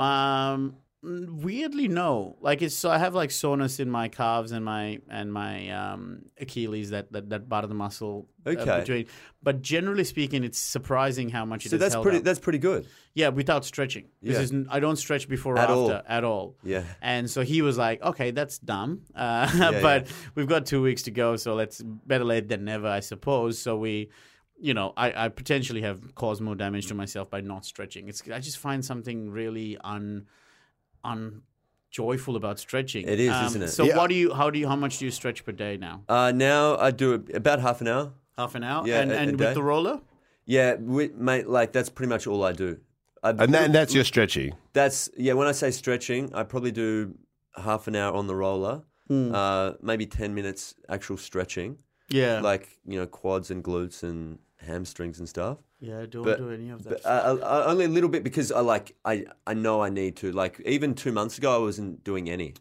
um, weirdly, no. Like it's so I have like soreness in my calves and my and my um, Achilles, that, that that part of the muscle. uh, Okay. between. But generally speaking, it's surprising how much it so is that's held pretty. up. That's pretty good. Yeah, without stretching. This Yeah. is I don't stretch before or At after all. at all. Yeah. And so he was like, "Okay, that's dumb, uh, yeah. but we've got two weeks to go, so let's better late than never, I suppose." So we, you know, I, I potentially have caused more damage to myself by not stretching. It's I just find something really un un joyful about stretching. Um, It is, isn't it? So Yeah. what do you? How do you? How much do you stretch per day now? Uh, now I do it about half an hour. Half an hour. Yeah, and a- a and day. with the roller. Yeah, we, mate. Like that's pretty much all I do. I, and, that, and that's your stretchy. that's yeah. When I say stretching, I probably do half an hour on the roller, uh, maybe ten minutes actual stretching, Yeah. like you know quads and glutes and hamstrings and stuff. yeah. I Don't but- do any of that. But uh, uh, only a little bit because I like I I know I need to. Like even two months ago, I wasn't doing any.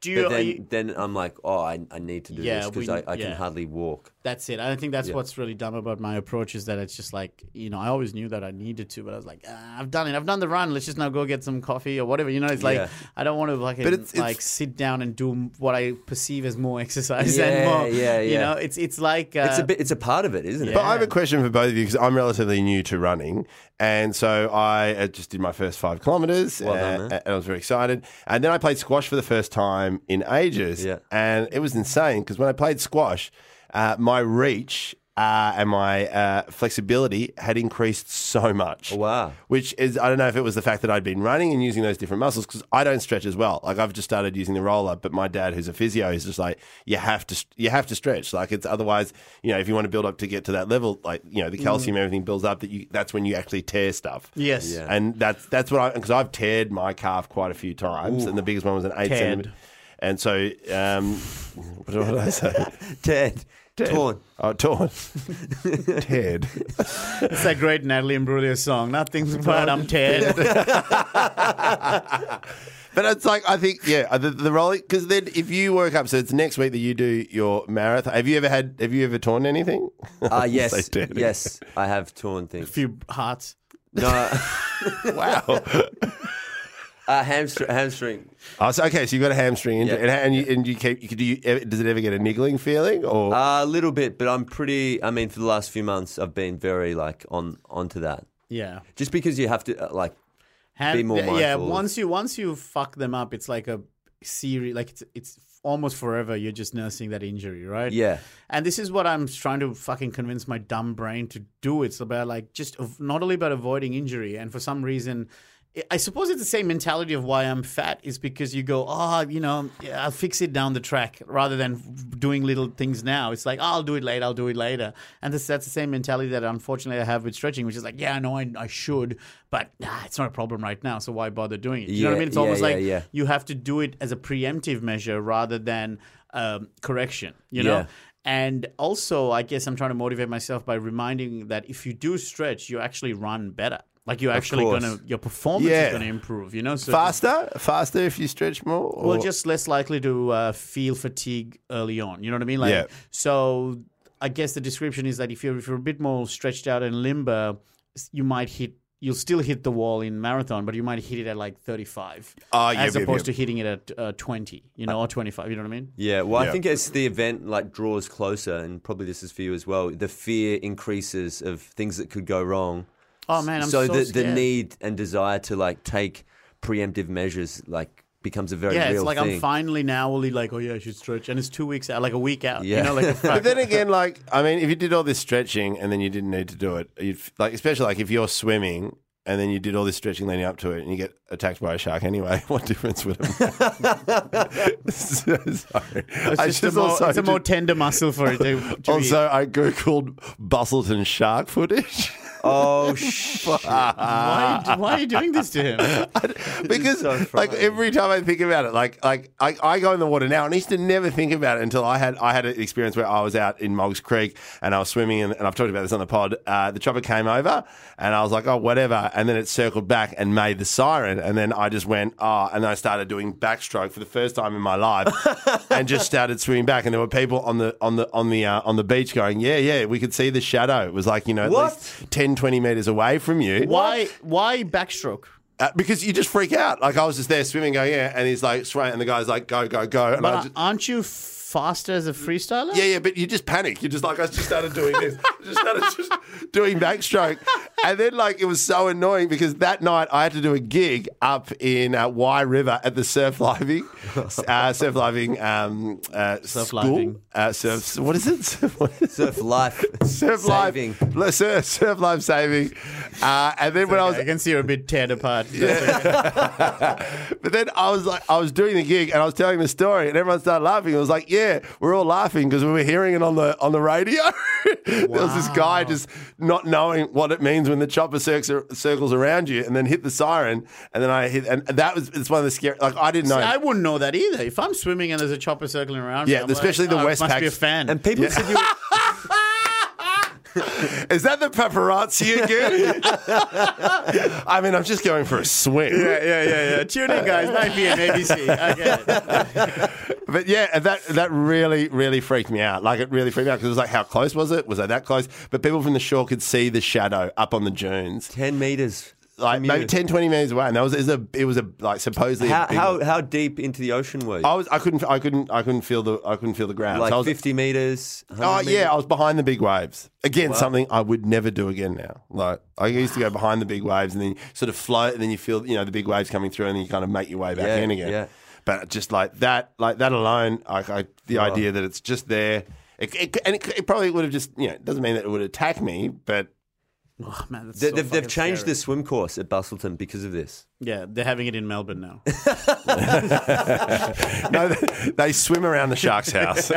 do But you? are then you- then I'm like, oh, I, I need to do Yeah, this because we- I, I yeah. can hardly walk. That's it. I don't think that's Yeah. what's really dumb about my approach is that it's just like, you know, I always knew that I needed to, but I was like, ah, I've done it. I've done the run. Let's just now go get some coffee or whatever. You know, it's like, Yeah. I don't want to like, But it's- it's- like sit down and do m- what I perceive as more exercise and Yeah, more, yeah, you yeah. know, it's, it's like, uh, It's a bit. It's a part of it, isn't But it? I have a question for both of you because I'm relatively new to running, and so I uh, just did my first five kilometers, Well done, uh, man. and I was very excited. And then I played squash for the first time in ages, Yeah. and it was insane because when I played squash, uh, my reach. Uh, and my uh, flexibility had increased so much. Wow. Which is, I don't know if it was the fact that I'd been running and using those different muscles because I don't stretch as well. Like I've just started using the roller, but my dad, who's a physio, is just like you have to you have to stretch. Like it's otherwise, you know, if you want to build up to get to that level, like you know, the Mm. calcium, everything builds up. That you that's when you actually tear stuff. yes. Yeah. And that's that's what I because I've teared my calf quite a few times, and the biggest one was an eight Teared. centimeter. And so, um, what did I say? Ted, torn. Oh, torn. teared. It's that great Natalie Imbruglia song. Nothing's but I'm tired. But it's like I think yeah, uh, the, the rolling because then if you work up, so it's next week that you do your marathon. Have you ever had? Have you ever torn anything? Ah, yes, dirty. yes, I have torn things. few hearts. No, wow. uh, hamstring, hamstring. oh, so, okay, so you got a hamstring injury, Yeah. and, and you and you keep. You, do you, ever- does it ever get a niggling feeling? Or Uh, a little bit, but I'm pretty. I mean, for the last few months, I've been very like on onto that. Yeah. Just because you have to uh, like, Have, Be more Yeah, mindful. once you once you fuck them up, it's like a series. Like it's it's almost forever. You're just nursing that injury, right? yeah, And this is what I'm trying to fucking convince my dumb brain to do. It's about like just av- not only about avoiding injury, and for some reason. I- I suppose it's the same mentality of why I'm fat is because you go, oh, you know, yeah, I'll fix it down the track rather than doing little things now. It's like, oh, I'll do it later, I'll do it later. And this, that's the same mentality that unfortunately I have with stretching, which is like, yeah, I know I, I should, but nah, it's not a problem right now. So why bother doing it? You know what I Yeah, mean? It's yeah, almost yeah, like yeah. you have to do it as a preemptive measure rather than um, correction, you know? Yeah. And also, I guess I'm trying to motivate myself by reminding that if you do stretch, you actually run better. Like you're actually course. gonna, your performance Yeah. is gonna improve. You know, so faster, faster if you stretch more. Or, well, just less likely to uh, feel fatigue early on. You know what I mean? Like, Yeah. so I guess the description is that if you're if you're a bit more stretched out and limber, s- you might hit. You'll still hit the wall in marathon, but you might hit it at like 35, Ah, yeah, as yeah, opposed yeah. to hitting it at uh, 20, you know, or 25. You know what I mean? yeah. Well, Yeah. I think as the event like draws closer, and probably this is for you as well, the fear increases of things that could go wrong. Oh man, I'm so, so, the, the scared. need and desire to like take preemptive measures like becomes a very Yeah, real it's like thing. I'm finally now only like, oh yeah, I should stretch, and it's two weeks out, like a week out. Yeah. You know, like a But then again, like I mean, if you did all this stretching and then you didn't need to do it, you'd, like especially like if you're swimming and then you did all this stretching leading up to it and you get attacked by a shark anyway, what difference would it make? so, sorry, it's I just, a more, it's a more tender muscle for it. To, to eat. also I googled Bustleton shark footage Oh shit! uh, why, are you- why are you doing this to him? because like every time I think about it, like like I, I go in the water now and I used to never think about it until I had I had an experience where I was out in Moggs Creek and I was swimming and, and I've talked about this on the pod. Uh, the chopper came over and I was like, oh whatever, and then it circled back and made the siren and then I just went ah and I started doing backstroke for the first time in my life and just started swimming back and there were people on the on the on the uh, on the beach going yeah yeah we could see the shadow. It was like you know at What? least 10, 20 meters away from you. Why? Why backstroke? Uh, because you just freak out. Like I was just there swimming, going, yeah, and he's like, sway, and the guy's like, go, go, go, and I But just. Uh, aren't you faster as a freestyler? Uh, Yeah, yeah, but you just panic. You're just like, I just started doing this. just started just doing backstroke. And then, like, it was so annoying because that night I had to do a gig up in uh, Y River at the surf living, uh, surf living, um, uh, surf living. Uh, surf, what is it? what is it? Surf life, Surf saving. life. Le- Surf, surf life saving. Uh, and then when I was I can see you're a bit teared apart. But then I was like, I was doing the gig and I was telling the story, and everyone started laughing. It was like, yeah, we're all laughing because we were hearing it on the on the radio. there was this guy just not knowing what it means when the chopper cir- circles around you, and then hit the siren, and then I hit, and that was it's one of the scary. Like I didn't know. I wouldn't know that either. If I'm swimming and there's a chopper circling around, Yeah, me, I'm like, especially the oh, it Must Westpac- be a fan. And people said you. Is that the paparazzi again? I mean, I'm just going for a swing. yeah, yeah, yeah, yeah. Tune in, guys. 9 p.m. ABC. I get it. But yeah, and that that really really freaked me out. Like it really freaked me out because it was like, how close was it? Was I that close? But people from the shore could see the shadow up on the dunes, Ten meters. like from maybe you. 10, 20 meters away. And that was, it was a it was a like supposedly a How, big- how how deep into the ocean were you? I was I couldn't I couldn't I couldn't feel the I couldn't feel the ground. like So Oh, I was, fifty meters. 100 Oh meters? yeah, I was behind the big waves again. Something I would never do again now. Like I used to go behind the big waves and then sort of float, and then you feel you know the big waves coming through, and then you kind of make your way back Yeah, in again. yeah. But just like that, like that alone, like I, the idea that it's just there, it, it, and it, it probably would have just you know it doesn't mean that it would attack me, but Oh, man, that's They, so they've fucking they've changed scary. the swim course at Bustleton because of this. Yeah, they're having it in Melbourne now. no, they, they swim around the shark's house.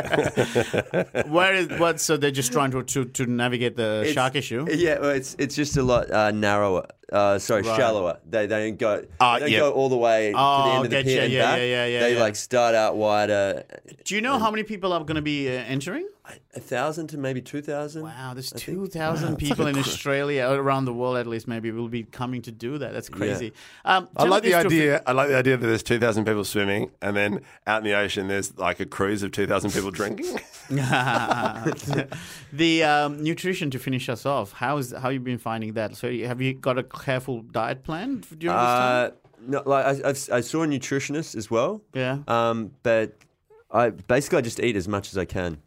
Where is what? So they're just trying to to, to navigate the shark issue. Yeah, well, it's it's just a lot uh, narrower. Uh, sorry, shallower. They they don't go. Ah, they don't yeah. go all the way to Oh, the end of the getcha. pier and Yeah, back. yeah, yeah, yeah, they yeah. like start out wider, Do you know how many people are going to be uh, entering? a thousand to maybe two thousand. Wow, there's 2,000 people in Australia, or around the world at least, maybe, will be coming to do that. That's crazy. Um, I tell like me the this, Jofi- idea. I like the idea that there's two thousand people swimming, and then out in the ocean there's like a cruise of two thousand people drinking. the um, nutrition to finish us off. How is how you been finding that? So you- have you got a careful diet plan during this time? Uh, no, like I, I've, I saw a nutritionist as well. Yeah. Um, but I basically I just eat as much as I can.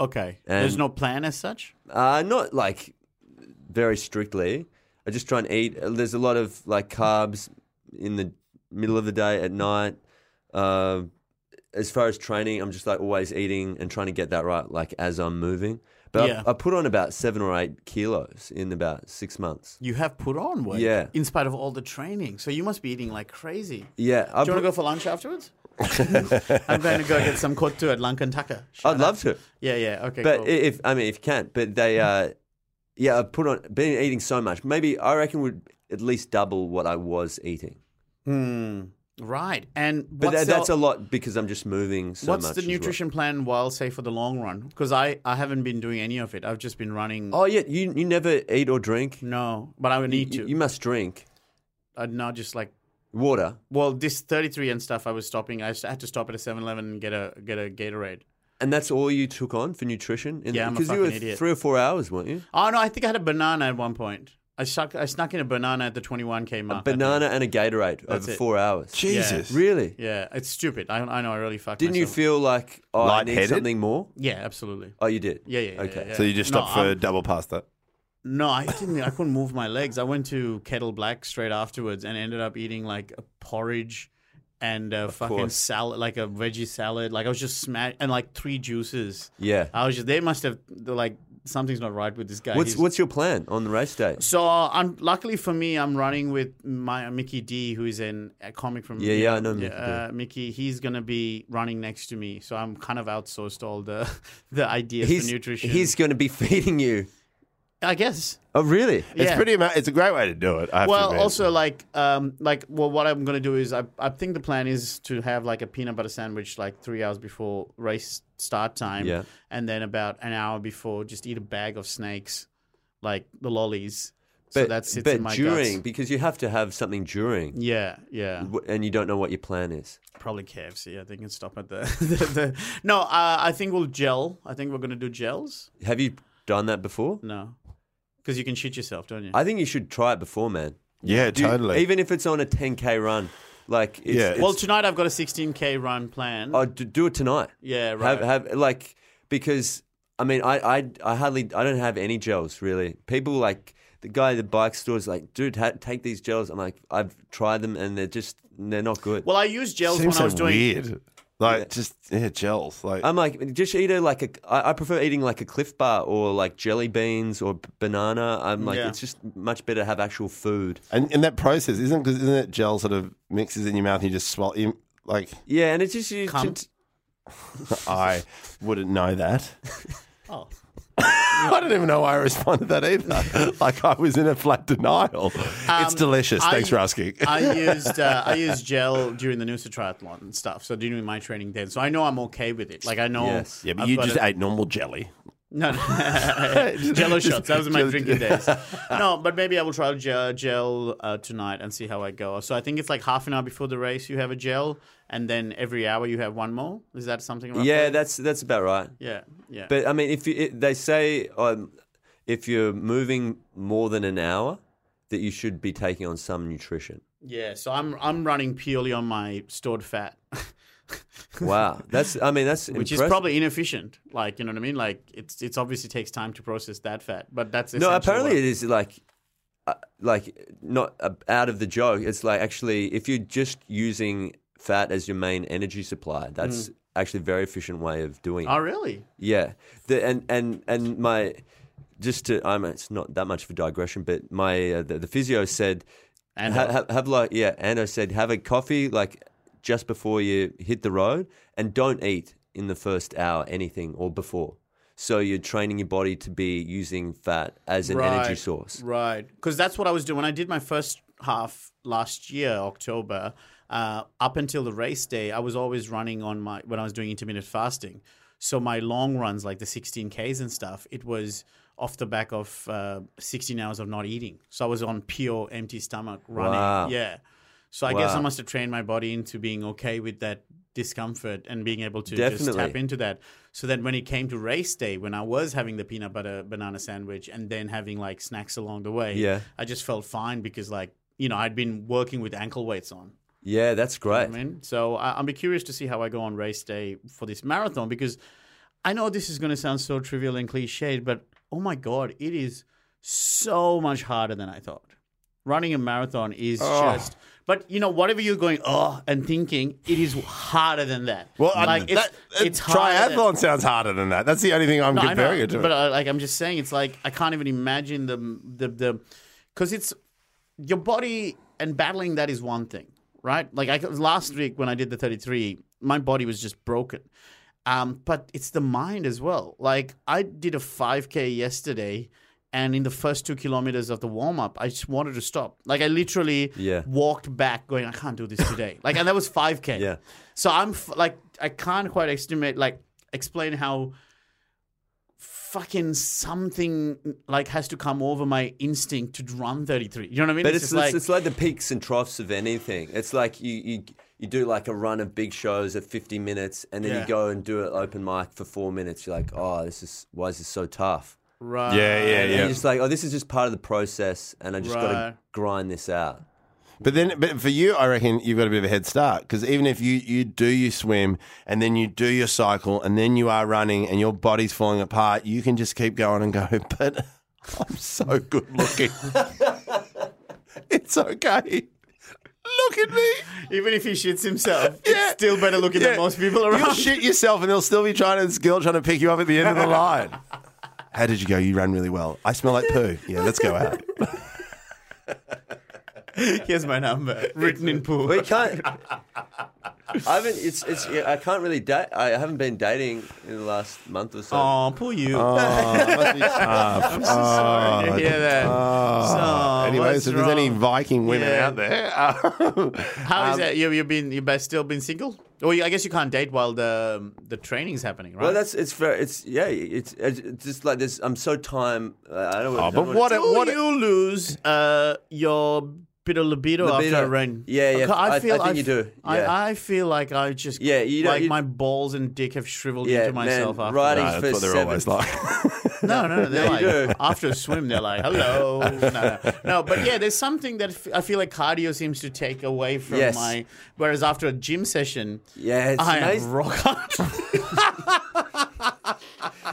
Okay. There's no plan as such. Uh, not like very strictly. I just try and eat. There's a lot of like carbs in the middle of the day at night. Uh, as far as training, I'm just like always eating and trying to get that right, like as I'm moving. But Yeah. I, I put on about seven or eight kilos in about six months. You have put on weight. Yeah. In spite of all the training, so you must be eating like crazy. Yeah, I Do you want put- to go for lunch afterwards? I'm going to go get some kotu at Lankan Taka. I'd love to. Yeah, yeah. Okay. But cool. i if I mean, if you can't, but they, uh, yeah, I've put on been eating so much. Maybe I reckon would at least double what I was eating. right. And But what's that, that's the, a lot because I'm just moving so what's much. the as well. nutrition plan while say for the long run? Because I I haven't been doing any of it. I've just been running. Oh yeah, you you never eat or drink. No, but I would need You, to. you must drink I'd now just like water. well, this 33 and stuff. I was stopping. I had to stop at a 7-Eleven and get a get a Gatorade. And that's all you took on for nutrition? Yeah, I'm a Because you were fucking idiot. three or four hours, weren't you? Oh no, I think I had a banana at one point. I snuck I snuck in a banana at the 21k mark. I think. Banana and a Gatorade That's over it. four hours. Jesus, Really? Yeah, it's stupid. I, I know. I really fucked. Didn't you myself. feel like oh, I need Lightheaded? something more? Yeah, absolutely. Oh, you did. Yeah, yeah. yeah, Okay. yeah. So you just No, stopped for I'm- double pasta. No, I didn't. e, I couldn't move my legs. I went to Kettle Black straight afterwards and ended up eating like a porridge and a fucking course. salad, like a veggie salad. Like I was just smashed and like three juices. Yeah. I was just. They must have they're like something's not right with this guy. What's He's- what's your plan on the race day? So I'm luckily for me, I'm running with my uh, Mickey D, who is an, a comic from Yeah, yeah, I know Mickey D. uh, Mickey. He's gonna be running next to me, so I'm kind of outsourced all the the ideas He's for nutrition. he's going to be feeding you. I guess. Oh, really? It's yeah. pretty. Ama- it's a great way to do it. I have to Well, admit. also like, um, like, well, what I'm gonna do is I, I think the plan is to have like a peanut butter sandwich like three hours before race start time, Yeah. and then about an hour before, just eat a bag of snakes, like the lollies. so that sits but in my during guts. because you have to have something during, Yeah, yeah. w- and you don't know what your plan is. Probably KFC. I think can stop at the. the, the no, uh, I think we'll gel. I think we're gonna do gels. Have you done that before? No, because you can shit yourself, don't you? I think you should try it before, man. yeah, Do you- totally. Even if it's on a 10k run, like it's, Yeah. it's- well, tonight I've got a 16k run plan. oh, d- do it tonight. yeah, right. Have have like because I mean I I I hardly I don't have any gels really. People like the guy at the bike store is like, dude, ha- take these gels. I'm like, I've tried them and they're just they're not good. well, I used gels Seems when I so was doing. weird. Like just yeah, gels. Like I'm like, just eat a like a. I, I prefer eating like a Cliff Bar or like jelly beans or b- banana. I'm like, Yeah. it's just much better to have actual food. and, and that process isn't because isn't it gel sort of mixes in your mouth and you just swallow. You, like Yeah, and it's just you Cum? should- I wouldn't know that. Oh, I don't even know why I responded to that either. like I was in a flat denial. it's delicious. Um, I- Thanks for asking. I used uh, I used gel during the Noosa triathlon and stuff. So during my training then, so I know I'm okay with it. Like I know. Yes. yeah, but I've you got just a- ate normal jelly. No, no. Jello shots. That was my drinking days. No, but maybe I will try gel, gel uh, tonight and see how I go. So I think it's like half an hour before the race you have a gel, and then every hour you have one more. Is that something? Roughly? yeah, that's that's about right. yeah, yeah. But I mean, if you, it, they say um, if you're moving more than an hour, that you should be taking on some nutrition. yeah. So I'm I'm running purely on my stored fat, Wow, that's I mean that's which is impressive. probably inefficient. Like you know what I mean? Like it's it's obviously takes time to process that fat, but that's no. essentially Apparently, what- it is like. uh, Like not uh, out of the joke. It's like actually, if you're just using fat as your main energy supply, that's Mm. actually a very efficient way of doing it. Oh really? Yeah, the, and and and my just to I mean it's not that much of a digression, but my uh, the, the physio said And ha, ha, have like yeah, Anna said have a coffee like just before you hit the road, and don't eat in the first hour anything or before. So you're training your body to be using fat as an energy source. Right. Because that's what I was doing. When I did my first half last year, October, uh, up until the race day, I was always running on my, when I was doing intermittent fasting. So my long runs, like the 16Ks and stuff, it was off the back of uh, 16 hours of not eating. So I was on pure empty stomach running. Wow. Yeah. So I guess I Wow. must have trained my body into being okay with that discomfort and being able to just Definitely. tap into that. So then when it came to race day, when I was having the peanut butter banana sandwich and then having like snacks along the way, Yeah. I just felt fine because like, you know, I'd been working with ankle weights on. Yeah, that's great. I mean, so I, I'll be curious to see how I go on race day for this marathon because I know this is going to sound so trivial and cliched, but oh my God, it is so much harder than I thought. Running a marathon is Ah. just, but you know, whatever you're going, oh, and thinking, it is harder than that. Well, I- like it's, that, uh, it's harder than- triathlon sounds harder than that. That's the only thing I'm no, I comparing know, it to. But uh, like I'm just saying, it's like I can't even imagine the the the because it's your body and battling that is one thing, right? Like I last week when I did the 33, my body was just broken. Um, but it's the mind as well. Like I did a 5k yesterday. And in the first two kilometers of the warm up, I just wanted to stop. Like I literally Yeah. walked back, going, "I can't do this today." like, and that was five k. Yeah. So I'm f- like, I can't quite estimate, like, explain how fucking something like has to come over my instinct to run 33. You know what I mean? But it's, it's, just like, it's like the peaks and troughs of anything. It's like you, you you do like a run of big shows at 50 minutes, and then Yeah. you go and do an open mic for four minutes. You're like, oh, this is why is this so tough? right. yeah, yeah, And yeah. you're just like, oh, this is just part of the process, and I just got Right. to grind this out. But then, but for you, I reckon you've got a bit of a head start because even if you you do your swim and then you do your cycle and then you are running and your body's falling apart, you can just keep going and go. But I'm so good looking. it's okay. Look at me. Even if he shits himself, Yeah. it's still better looking Yeah. than most people You'll around. shit yourself, and they'll still be trying to this girl trying to pick you up at the end of the line. How did you go? You ran really well. I smell like poo. Yeah, let's go out. Here's my number written in pool. But you can't. I haven't. It's. It's. yeah, I can't really date. I haven't been dating in the last month or so. Oh, poor you. Oh, you hear that? so, anyway, what's so if there's any wrong? Viking women Yeah. out there, um, How is that? You, you've been, you've been- still been single? Well, you, I guess you can't date while the the training's happening, right? Well, that's it's very it's yeah it's, it's just like this. I'm so time. uh, I Oh, don't. I don't but wanna- what a- Do you lose uh, your bit of libido, Libido. after a rain? Yeah, yeah. I- I think you do. Yeah. I, I feel like I just Yeah, you don't- like you- my balls and dick have shriveled Yeah, into myself man, after. right Nah, He's that's what first they're seven. always like. No, no, no. They're like, you do. after a swim, they're like, hello. No, no, no, but yeah, there's something that f- I feel like cardio seems to take away from Yes. my. Whereas after a gym session, Yeah, it's I amazing. am rock hard.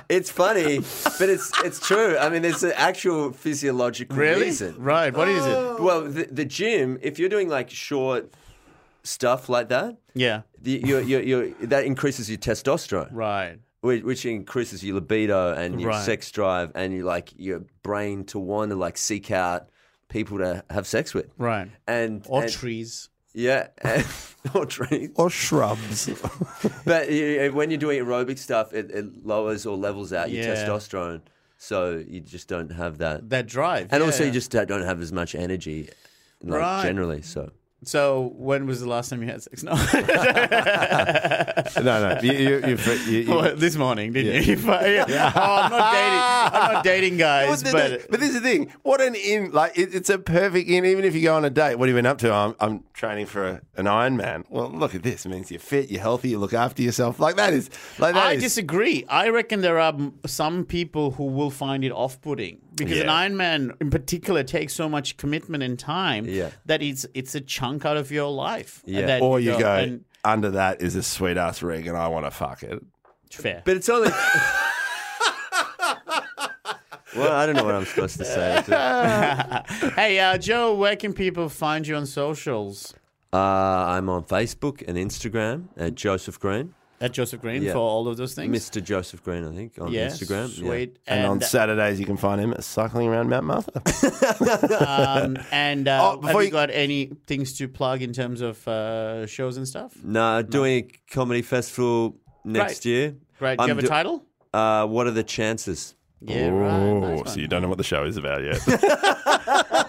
It's funny, but it's it's true. I mean, it's an actual physiological reason. Right. What is it? Well, the, the gym. If you're doing like short stuff like that, Yeah. the, you you you that increases your testosterone, Right. which, which increases your libido and your Right. sex drive and your like your brain to want to like seek out people to have sex with. Right. And Or and- trees. Yeah, and- or trees. or shrubs. But you, when you're doing aerobic stuff, it, it lowers or levels out your Yeah. testosterone, so you just don't have that. That drive. And also, yeah. you just don't have as much energy, like Right. generally. So So when was the last time you had sex? No, no, no. You, you, you, you, you- Well, this morning, didn't you? If I- Oh, I'm not dating. I'm not dating, guys. Well, no, no, but but this is the thing. What an in! Like it, it's a perfect in. Even if you go on a date, what have you been up to? I'm, I'm training for a, an Ironman. Well, look at this. It means you're fit, you're healthy, you look after yourself. Like that is like that I is- disagree. I reckon there are m- some people who will find it off-putting because Yeah. an Ironman, in particular, takes so much commitment and time Yeah. that it's it's a chunk out of your life. Yeah. that Or you go and- under that is a sweet ass rig, and I want to fuck it. fair. But it's only. well, I don't know what I'm supposed to say. is it? Uh, hey, uh, Joe, where can people find you on socials? Uh, I'm on Facebook and Instagram at Joseph Green, At Joseph Green Yeah. for all of those things. Mr. Joseph Green, I think, on yeah, Instagram. Yeah. sweet. And, on Saturdays, you can find him cycling around Mount Martha. Um, and uh, Oh, before have you, you- got any things to plug in terms of uh, shows and stuff? No, doing a comedy festival next Great. year. Right. Do I'm you have a do- title? Uh, what are the chances? Yeah, right. Oh, Nice so one. you don't know what the show is about yet.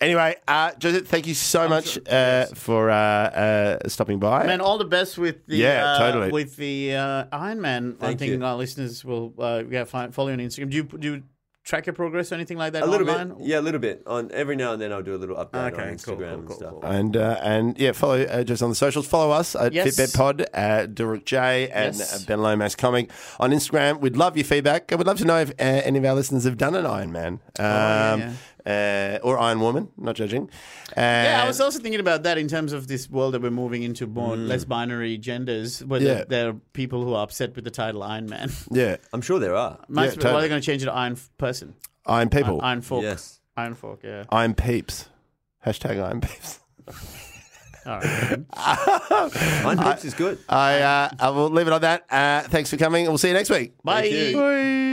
Anyway, uh, Joseph, thank you so much uh, for uh, uh, stopping by. Man, all the best with the Yeah, uh, totally. with the uh, Iron Man. I'm Thank thinking you. our listeners will uh, yeah find, follow you on Instagram. Do you do you track your progress or anything like that A little online? bit, yeah, a little bit. On every now and then, I'll do a little update Okay, on Instagram cool, cool, and cool, stuff. cool. and uh, and yeah, follow uh, just on the socials. Follow us at Yes. Fitbed Pod, uh, Derek J, and Yes. uh, Ben Lomas Comic on Instagram. We'd love your feedback. and We'd love to know if uh, any of our listeners have done an Iron Man Oh, um, uh, or Iron Woman. Not judging. Uh, Yeah, I was also thinking about that in terms of this world that we're moving into more Mm. less binary genders, where Yeah. there, there are people who are upset with the title Iron Man. yeah, I'm sure there are. Yeah, Might as well- Why are totally. they going to change it to Iron F- Person? Iron People, Iron Fork. Oh, Yes. Iron Fork, yeah. Iron Peeps, hashtag Iron Peeps. All right. Mine Peeps is good. I uh, I will leave it on that. Uh, thanks for coming. We'll see you next week. Bye. you. Bye.